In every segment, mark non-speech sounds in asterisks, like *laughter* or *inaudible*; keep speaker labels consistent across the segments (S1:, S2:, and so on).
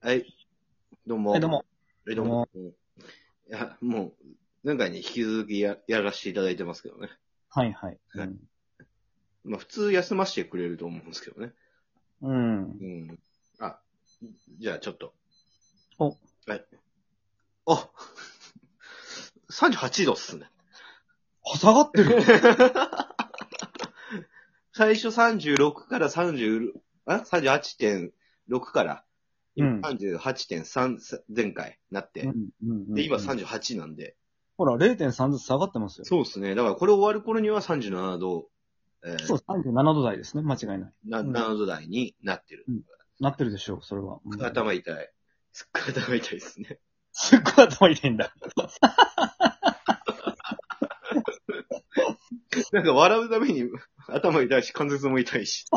S1: はい。どうも。
S2: はい、どう。も。
S1: はい、どうも。うんいや、もう、前回に引き続きややらせていただいてますけどね。
S2: はいはい。
S1: はいまあ、普通休ませてくれると思うんですけどね。
S2: うん。うん
S1: うん。あ、じゃあちょっと。
S2: お。
S1: はい。あ38度っす
S2: *laughs*
S1: ね。
S2: 下がってる
S1: 最初36から30、あ ?38.6 から、
S2: うん
S1: 38.3さ前回なって、
S2: うんうんうん
S1: で、今38なんで、
S2: ほら、0.3ずつ下がってますよ。
S1: そうですね。だからこれ終わる頃には37度、えー
S2: そう、37度台ですね。間違いない。
S1: な
S2: うん
S1: 7度台になってる。
S2: なってるでしょう、それは。うん
S1: 頭痛い。すっごい頭痛いですね。 *laughs*
S2: すっごい頭痛いんだ。
S1: なんか笑うために頭痛いし、関節も痛いし。 *laughs*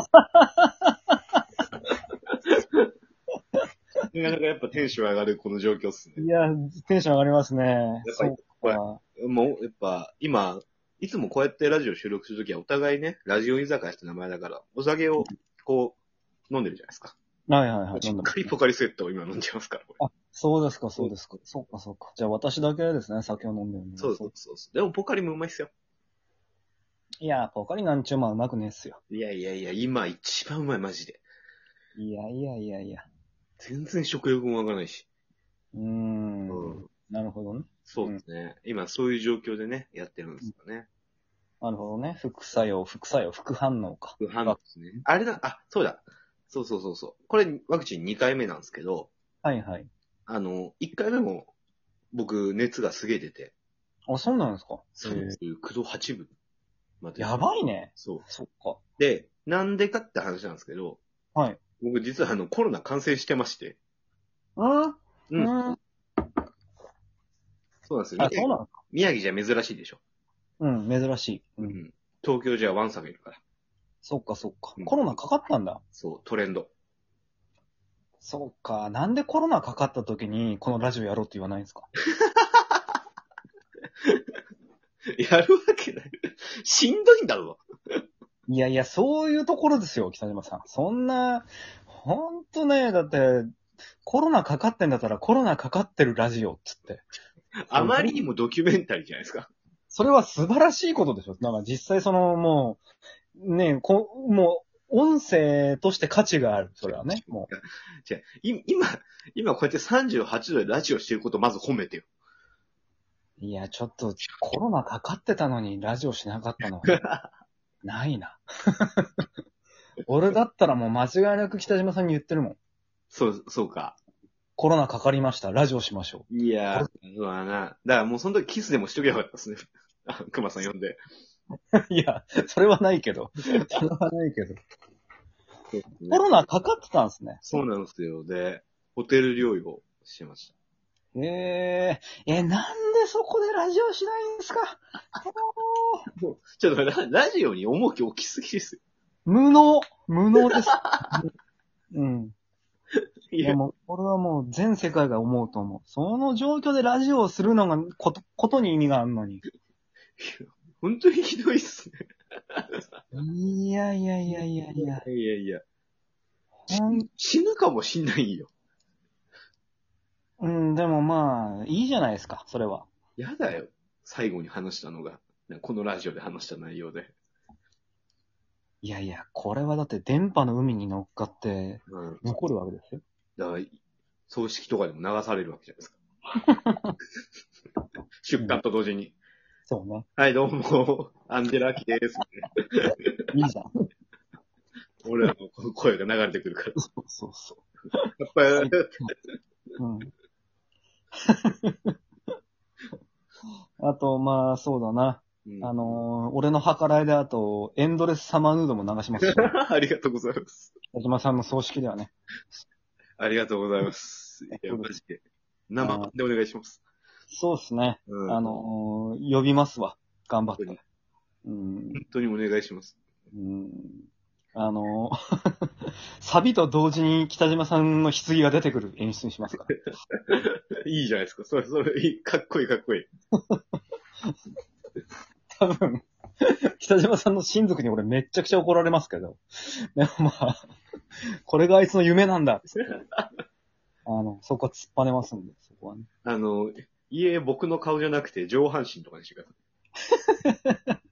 S1: なかなかやっぱテンション上がるこの状況っすね
S2: い。や、テンション上がりますね。
S1: やっぱ
S2: そ
S1: り
S2: う
S1: これ
S2: か。
S1: もうやっぱ今、いつもこうやってラジオ収録するときはお互いね、ラジオ居酒屋って名前だから、お酒をこう飲んでるじゃないですか。
S2: はいはいはい。
S1: し
S2: 飲ん
S1: っ
S2: でま
S1: か
S2: す
S1: りポカリスエットを今飲んでますから、これ。
S2: そうですか、そうですか。そうか、そうか。じゃあ私だけですね、酒を飲んでるの。
S1: そうそうそうそう。でもポカリもうまいっすよ。
S2: いや、ポカリなんちゅうまんうまくねえっすよ。
S1: いやいやいや、今一番うまい、マジで。
S2: いやいやいやいや。
S1: 全然食欲もわからないし。
S2: うー。
S1: うん
S2: なるほどね。
S1: そうですね。今そういう状況でね、やってるんですよね。
S2: なるほどね。副作用、副作用、副反応か。
S1: 副反応ですね。あれだ、あ、そうだ。そうそうそうそう。これワクチン2回目なんですけど、
S2: はいはい。
S1: あの、1回目も僕熱がすげえ出て、
S2: あ、そうなんですか。
S1: 39度8分まで。
S2: やばいね。
S1: そう。
S2: そっか。
S1: で、なんでかって話なんですけど、
S2: はい。
S1: 僕実はあのコロナ感染してまして、
S2: うん。
S1: う、
S2: うんん。あ、
S1: そうなんですよ。
S2: そう
S1: 宮城
S2: なのか。
S1: 宮城じゃ珍しいでしょ。
S2: うん、珍しい。う。
S1: うんん。東京じゃワンサがいるから。
S2: そっかそっか
S1: うん。
S2: コロナかかったんだ。
S1: そう、トレンド。
S2: そっか。なんでコロナかかった時に、このラジオやろうって言わないんですか
S1: *laughs* やるわけない。しんどいんだろ。
S2: いやいや、そういうところですよ、北島さん。そんな、ほんとね、だって、コロナかかってんだったら、コロナかかってるラジオっつって。
S1: あまりにもドキュメンタリーじゃないですか。
S2: それは素晴らしいことでしょ。なんか実際その、もう、ねこ、もう、音声として価値がある。それはね。もう。
S1: じゃい今、今こうやって38度でラジオしてることまず褒めてよ。 *laughs*
S2: いや、ちょっと、コロナかかってたのにラジオしなか *laughs* ったのは、ないな。 *laughs* 俺だったらもう間違いなく北島さんに言ってるもん。
S1: そう、そうか。
S2: コロナかかりました。ラジオしましょ
S1: いやー、そうだな。だからもうその時キスでもしとけばよかったですね。あ、熊さん呼んで。
S2: *laughs* う。いや、それはないけど。 *laughs* それはない *laughs* けど。コロナかかってたんですね。
S1: そうなんですよ。で、ホテル療養してました。
S2: えええ、なんでそこでラジオしないんですか
S1: ちょっとララジオに重き置きすぎですよ。
S2: 無能。無能 *laughs* です。うん。
S1: い
S2: いや、もう、これはもう全世界が思うと思う。その状況でラジオをするのが、こと、ことに意味があるのに。
S1: 本当にひどいっすね。
S2: いやいやいやいやいや、
S1: いやいやいや。
S2: ほん、
S1: 死ぬかもしんないよ。
S2: うん、でもまあ、いいじゃないですか、それは。
S1: やだよ。最後に話したのが。このラジオで話した内容で。
S2: いやいや、これはだって電波の海に乗っかって
S1: うん。
S2: 残るわけですよ。
S1: だから、葬式とかでも流されるわけじゃないですか。 *laughs* 出荷と同時に。
S2: そうね。
S1: はい、どうも、アンジェラ・アキです。
S2: いい *laughs* じゃん。
S1: 俺らの声が流れてくるから。
S2: そうそうそ
S1: やっぱり、
S2: う。うん。 *laughs* あと、まあ、そうだな。
S1: うん
S2: あのー俺の計らいであと、エンドレスサマーヌードも流し *laughs* ますし、ね、
S1: *laughs* ありがとうございます。
S2: 小島さんの葬式ではね。
S1: ありがとうございます。いや、マジで。生版でお願いします。
S2: そうですね。
S1: うん
S2: あ、のー呼びますわ。頑張っ
S1: 本当に
S2: て。うん。
S1: 本当にお願いします。
S2: うん。あの *laughs* ーサビと同時に北島さんの棺が出てくる演出にしますから。
S1: いいじゃないですか。それ、それ、いいかっこいいかっこいい。
S2: 多分、北島さんの親族に俺めっちゃくちゃ怒られますけど。でもまあ、これがあいつの夢なんだっつって。あの、そこは突っぱねますんで、そこはね。
S1: あの、家僕の顔じゃなくて上半身とかにしてください。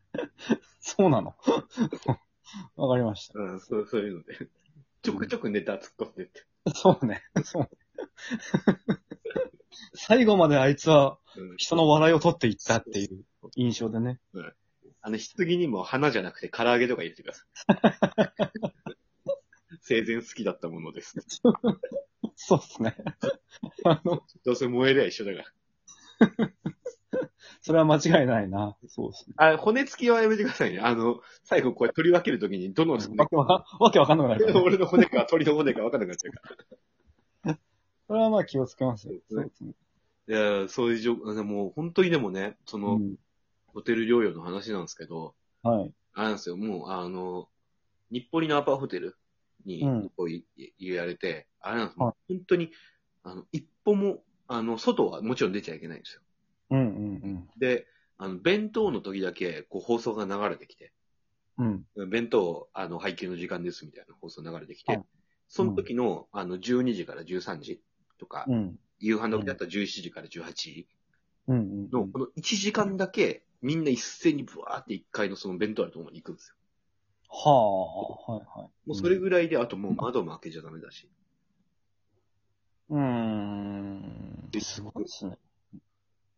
S2: そうなの。 *laughs* わかりました。
S1: うん、そう、そういうので。ちょくちょくネタ突っ込んでって。
S2: そうね。そうね。 *laughs* 最後まであいつは
S1: うん、
S2: 人の笑いを取っていったっていう印象でね。
S1: あの、棺にも花じゃなくて唐揚げとか入れてください。生前好きだったものです。
S2: そうっすね。あの、
S1: どうせ燃えりゃ一緒だか
S2: それは間違いないな。そうっすね。
S1: ら。あ、骨付きはやめてくださいね。あの、最後これ取り分けるときに、どの、
S2: わけわかん、わけわかんなくなる *laughs* からね、
S1: 俺の骨か鳥の骨か分かんなくなっちゃうか
S2: それはまあ気をつけますよ。
S1: そう
S2: ですね。
S1: ら。いや、そういう状況、でも本当にでもね、そうの、
S2: ん。
S1: ホテル療養の話なんですけど、
S2: はい。
S1: あれなんですよ、もう、あの、日暮里のアパホテルに
S2: うん、
S1: こうい、入れられて、あれなんですよ、
S2: は
S1: 本当に、あの、一歩も、あの、外はもちろん出ちゃいけないんですよ。
S2: うんうん
S1: で、あの、弁当の時だけ、こう、放送が流れてきて、
S2: うん。うん。
S1: 弁当、あの、配給の時間ですみたいな放送流れてきて、
S2: はい
S1: その時の、あの、12時から13時とか、
S2: うん。
S1: 夕飯時だったら17時から18時
S2: うんうんう
S1: の、
S2: ん。
S1: この1時間だけ、みんな一斉にブワーって1階のその弁当あるところに行くんですよ。
S2: はあ、はいはい。
S1: もうそれぐらいで、あともう窓も開けちゃダメだし。
S2: うーん。すごいですね。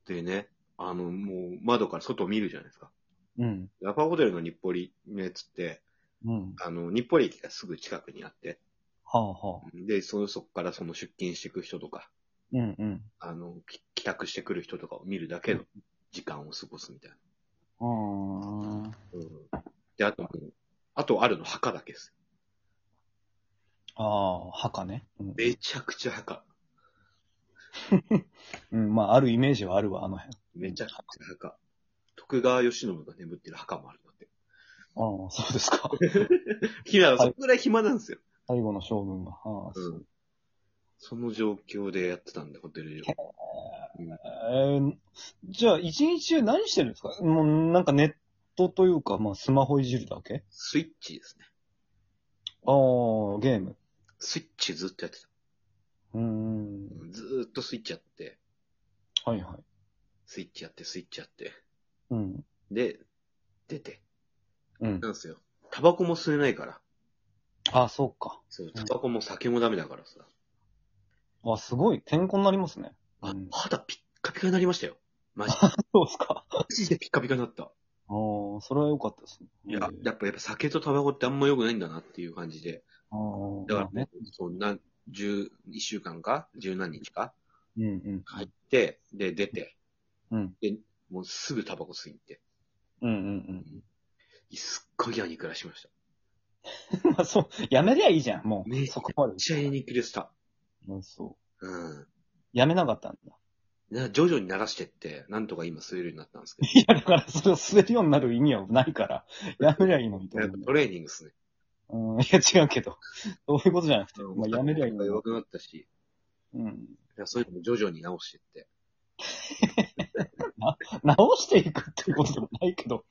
S1: でね、あの、もう窓から外を見るじゃないですか。
S2: うん。
S1: アパホテルの日暮里のやつって、
S2: うん。
S1: あの、日暮里駅がすぐ近くにあって、
S2: はあはあ。
S1: で、そのそこからその出勤していく人とか、
S2: うんうん。
S1: あの、き帰宅してくる人とかを見るだけの時間を過ごすみたいな。
S2: うー
S1: う
S2: ん。
S1: ん、で、あともう、あとあるの墓だけです。
S2: ああ、墓ね。うん。
S1: めちゃくちゃ墓。
S2: うん、まあ、あるイメージはあるわ、あの辺。
S1: めちゃくちゃ墓。徳川慶喜が眠ってる墓もあるので。
S2: ああ、そうですか。 *laughs*
S1: ひな、それぐらい暇なんですよ。
S2: 最後の将軍が。ああ、そう。
S1: ん。その状況でやってたんで、ホテルで。
S2: えー、じゃあ、一日中何してるんですかもう、なんかネットというか、まあ、スマホいじるだけ
S1: スイッチですね。
S2: ああ、ゲーム。
S1: スイッチずっとやってた。
S2: うーん。
S1: ずーっとスイッチやって、
S2: はいはい。
S1: スイッチやって、スイッチやって。
S2: うん。
S1: で、出て。
S2: うん。
S1: なんですよ。タバコも吸えないから。
S2: あ、そうか。
S1: そう、タバコも酒もダメだからさ。
S2: あ、すごい。てんこになりますね。
S1: あ
S2: うん、
S1: 肌ピッカピカになりましたよ。マジで。
S2: *laughs* そうですか。あ
S1: マジでピッカピカになった。
S2: あー、それは良かったですね。
S1: いや
S2: あ、
S1: やっぱ、やっぱ酒とタバコってあんま良くないんだなっていう感じで。
S2: あー、
S1: だから
S2: まあね
S1: ね。、そんな、十、一週間か十何日か
S2: うんうん。
S1: 入って、で、出て、
S2: うん。
S1: もうすぐタバコ吸いに行って、
S2: うんうん
S1: すっごい嫌に暮らしました。
S2: *laughs* うん。まあそう、やめりゃいいじゃん、も
S1: ね
S2: う。そこまで。
S1: めっちゃ嫌に暮らした。
S2: うん、そ
S1: うん。
S2: う。やめなかったんだ。 *laughs*
S1: な徐々に慣らしてって、なんとか今吸えるようになったんですけ
S2: いや、だから、それを滑るようになる意味はないから、やめりゃいいのみた
S1: ど、
S2: い
S1: や
S2: な
S1: っぱ。トレーニングですね。
S2: うん、いや、違うけど。そういうことじゃなくて、まあ、やめりゃいいの
S1: 弱くなったし、
S2: うん。
S1: いやそういうのも徐々に直してって。
S2: 直していくっていうことでもないけど。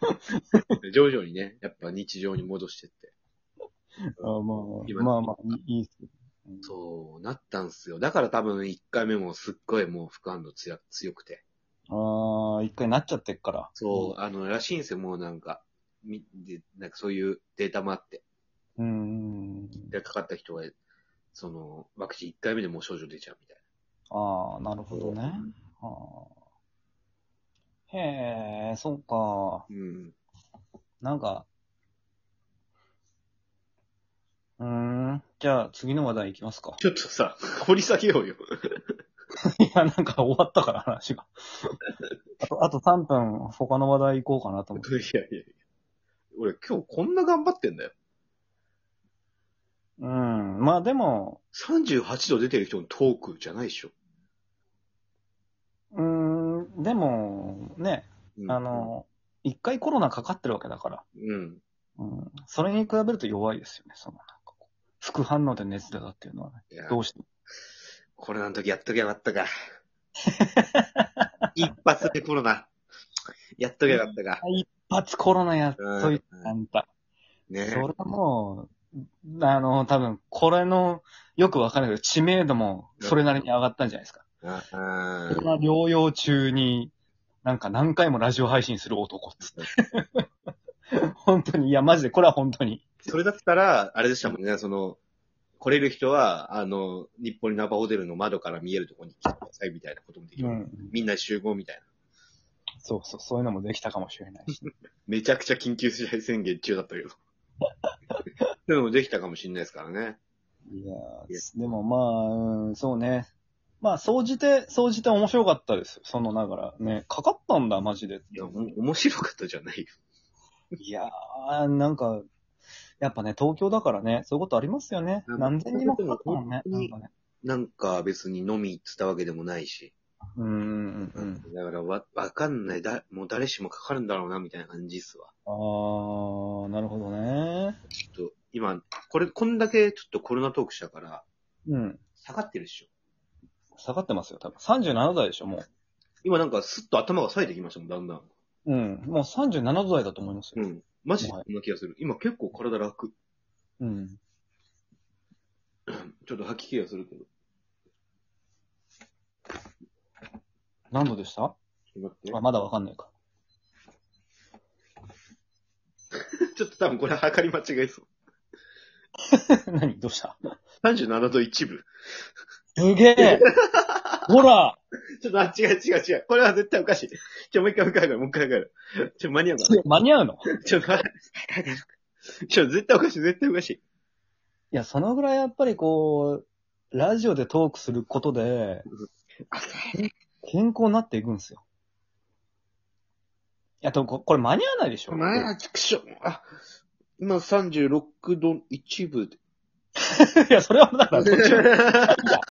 S1: 徐々にね、やっぱ日常に戻してって。
S2: あーまあ、まあまあ、いいいいっすけど。うん
S1: そう、なったんすよ。だから多分1回目もすっごいもう副反応強強くて。
S2: ああ、一回なっちゃってっから。
S1: そう、あの、らしいんですよ、もうなんか。みでなんかそういうデータもあって。
S2: うーん。
S1: で、かかった人が、その、ワクチン1回目でもう症状出ちゃうみたい
S2: ああ、なるほどね。あーへえ、そうか。
S1: な。うん。
S2: なんか、うーん。じゃあ、次の話題いき *laughs* ますか。
S1: ちょっとさ、掘り下げようよ。
S2: いや、なんか終わったから、話 *laughs* が。あと、あと3分、他の話題行こうかなと思って。
S1: いやいやいや。俺今日こんな頑張ってんだよ。
S2: うん。まあでも、
S1: 38度出てる人のトークじゃないでしょ。
S2: うーん、でも、ね、
S1: うん
S2: あ、の、一回コロナかかってるわけだから、
S1: うん。
S2: うん。それに比べると弱いですよね、その、なんかこう副反応で熱出たっていうのはね、
S1: いや
S2: どうしても。
S1: コロナの時やっときゃよかった
S2: *laughs*
S1: か。一発でコロナ。やっときゃよかったか。
S2: 一発コロナやっといて、
S1: うん
S2: あんた。そ
S1: ね
S2: れはもあの、多分、これの、よくわかんないけど、知名度もそれなりに上がったんじゃないですか。
S1: あ
S2: そんな療養中に、なんか何回もラジオ配信する男っつって。 *laughs* 本当に、いや、マジで、これは本当に。
S1: それだったら、あれでしたもんね、その、来れる人は、あの、日暮里ナバホテルの窓から見えるところに来てくださいみたいなこともできる。
S2: ん。
S1: みんな集合みたいな。
S2: そうそう、そういうのもできたかもしれないし。
S1: めちゃくちゃ緊急事態宣言中だったけど。 *laughs* でもできたかもしれないですからね。
S2: いやーでもまあ、うん、そうね。まあ、総じて、総じて面白かったです。そのながら。ね、かかったんだ、マジで。
S1: いや、お面白かったじゃないよ。
S2: いやー、なんか、やっぱね、東京だからね、そういうことありますよね。
S1: うん
S2: 何千人もかかったもんね。
S1: 本当
S2: なん
S1: に
S2: かね。
S1: なんか別に飲み行ってたわけでもないし。
S2: うんうんうんうん。
S1: だからわ、わかんない。だ、もう誰しもかかるんだろうな、みたいな感じっすわ。
S2: あー、なるほどね。
S1: ちょっと、今、これ、こんだけちょっとコロナトークしたから、
S2: うん。
S1: 下がってるっしょ。
S2: 下がってますよ、多分。37度台でしょ、も
S1: 今なんかスッと頭が冴えてきましたもん、だんだん。
S2: う。うん。もう37度台だと思います
S1: う
S2: よ。
S1: ん。マジでそんな気がする。今結構体楽。
S2: うん。
S1: ちょっと吐き気がするけど。
S2: 何度でした
S1: ちょっと待
S2: あ、まだわかんないか。 *laughs*
S1: って。ちょっと多分これ測り間違いそう。
S2: 何どうした
S1: 37度一部。
S2: すげ *laughs* えほら
S1: ちょっと、あ、違う違う違う。これは絶対おかしい。ちょ、もう一回もう一回測る、もう一回測る。ちょ、間に合うか
S2: 間に合うの
S1: な。ちょ、測る。測るちょ、絶対おかしい、絶対おかしい。
S2: いや、そのぐらいやっぱりこう、ラジオでトークすることで、健康になっていくんですよ。いや、でもここれ間に合わないでしょ
S1: 前は畜生。あ、今36度一部で。
S2: いや、それはだから、そっちは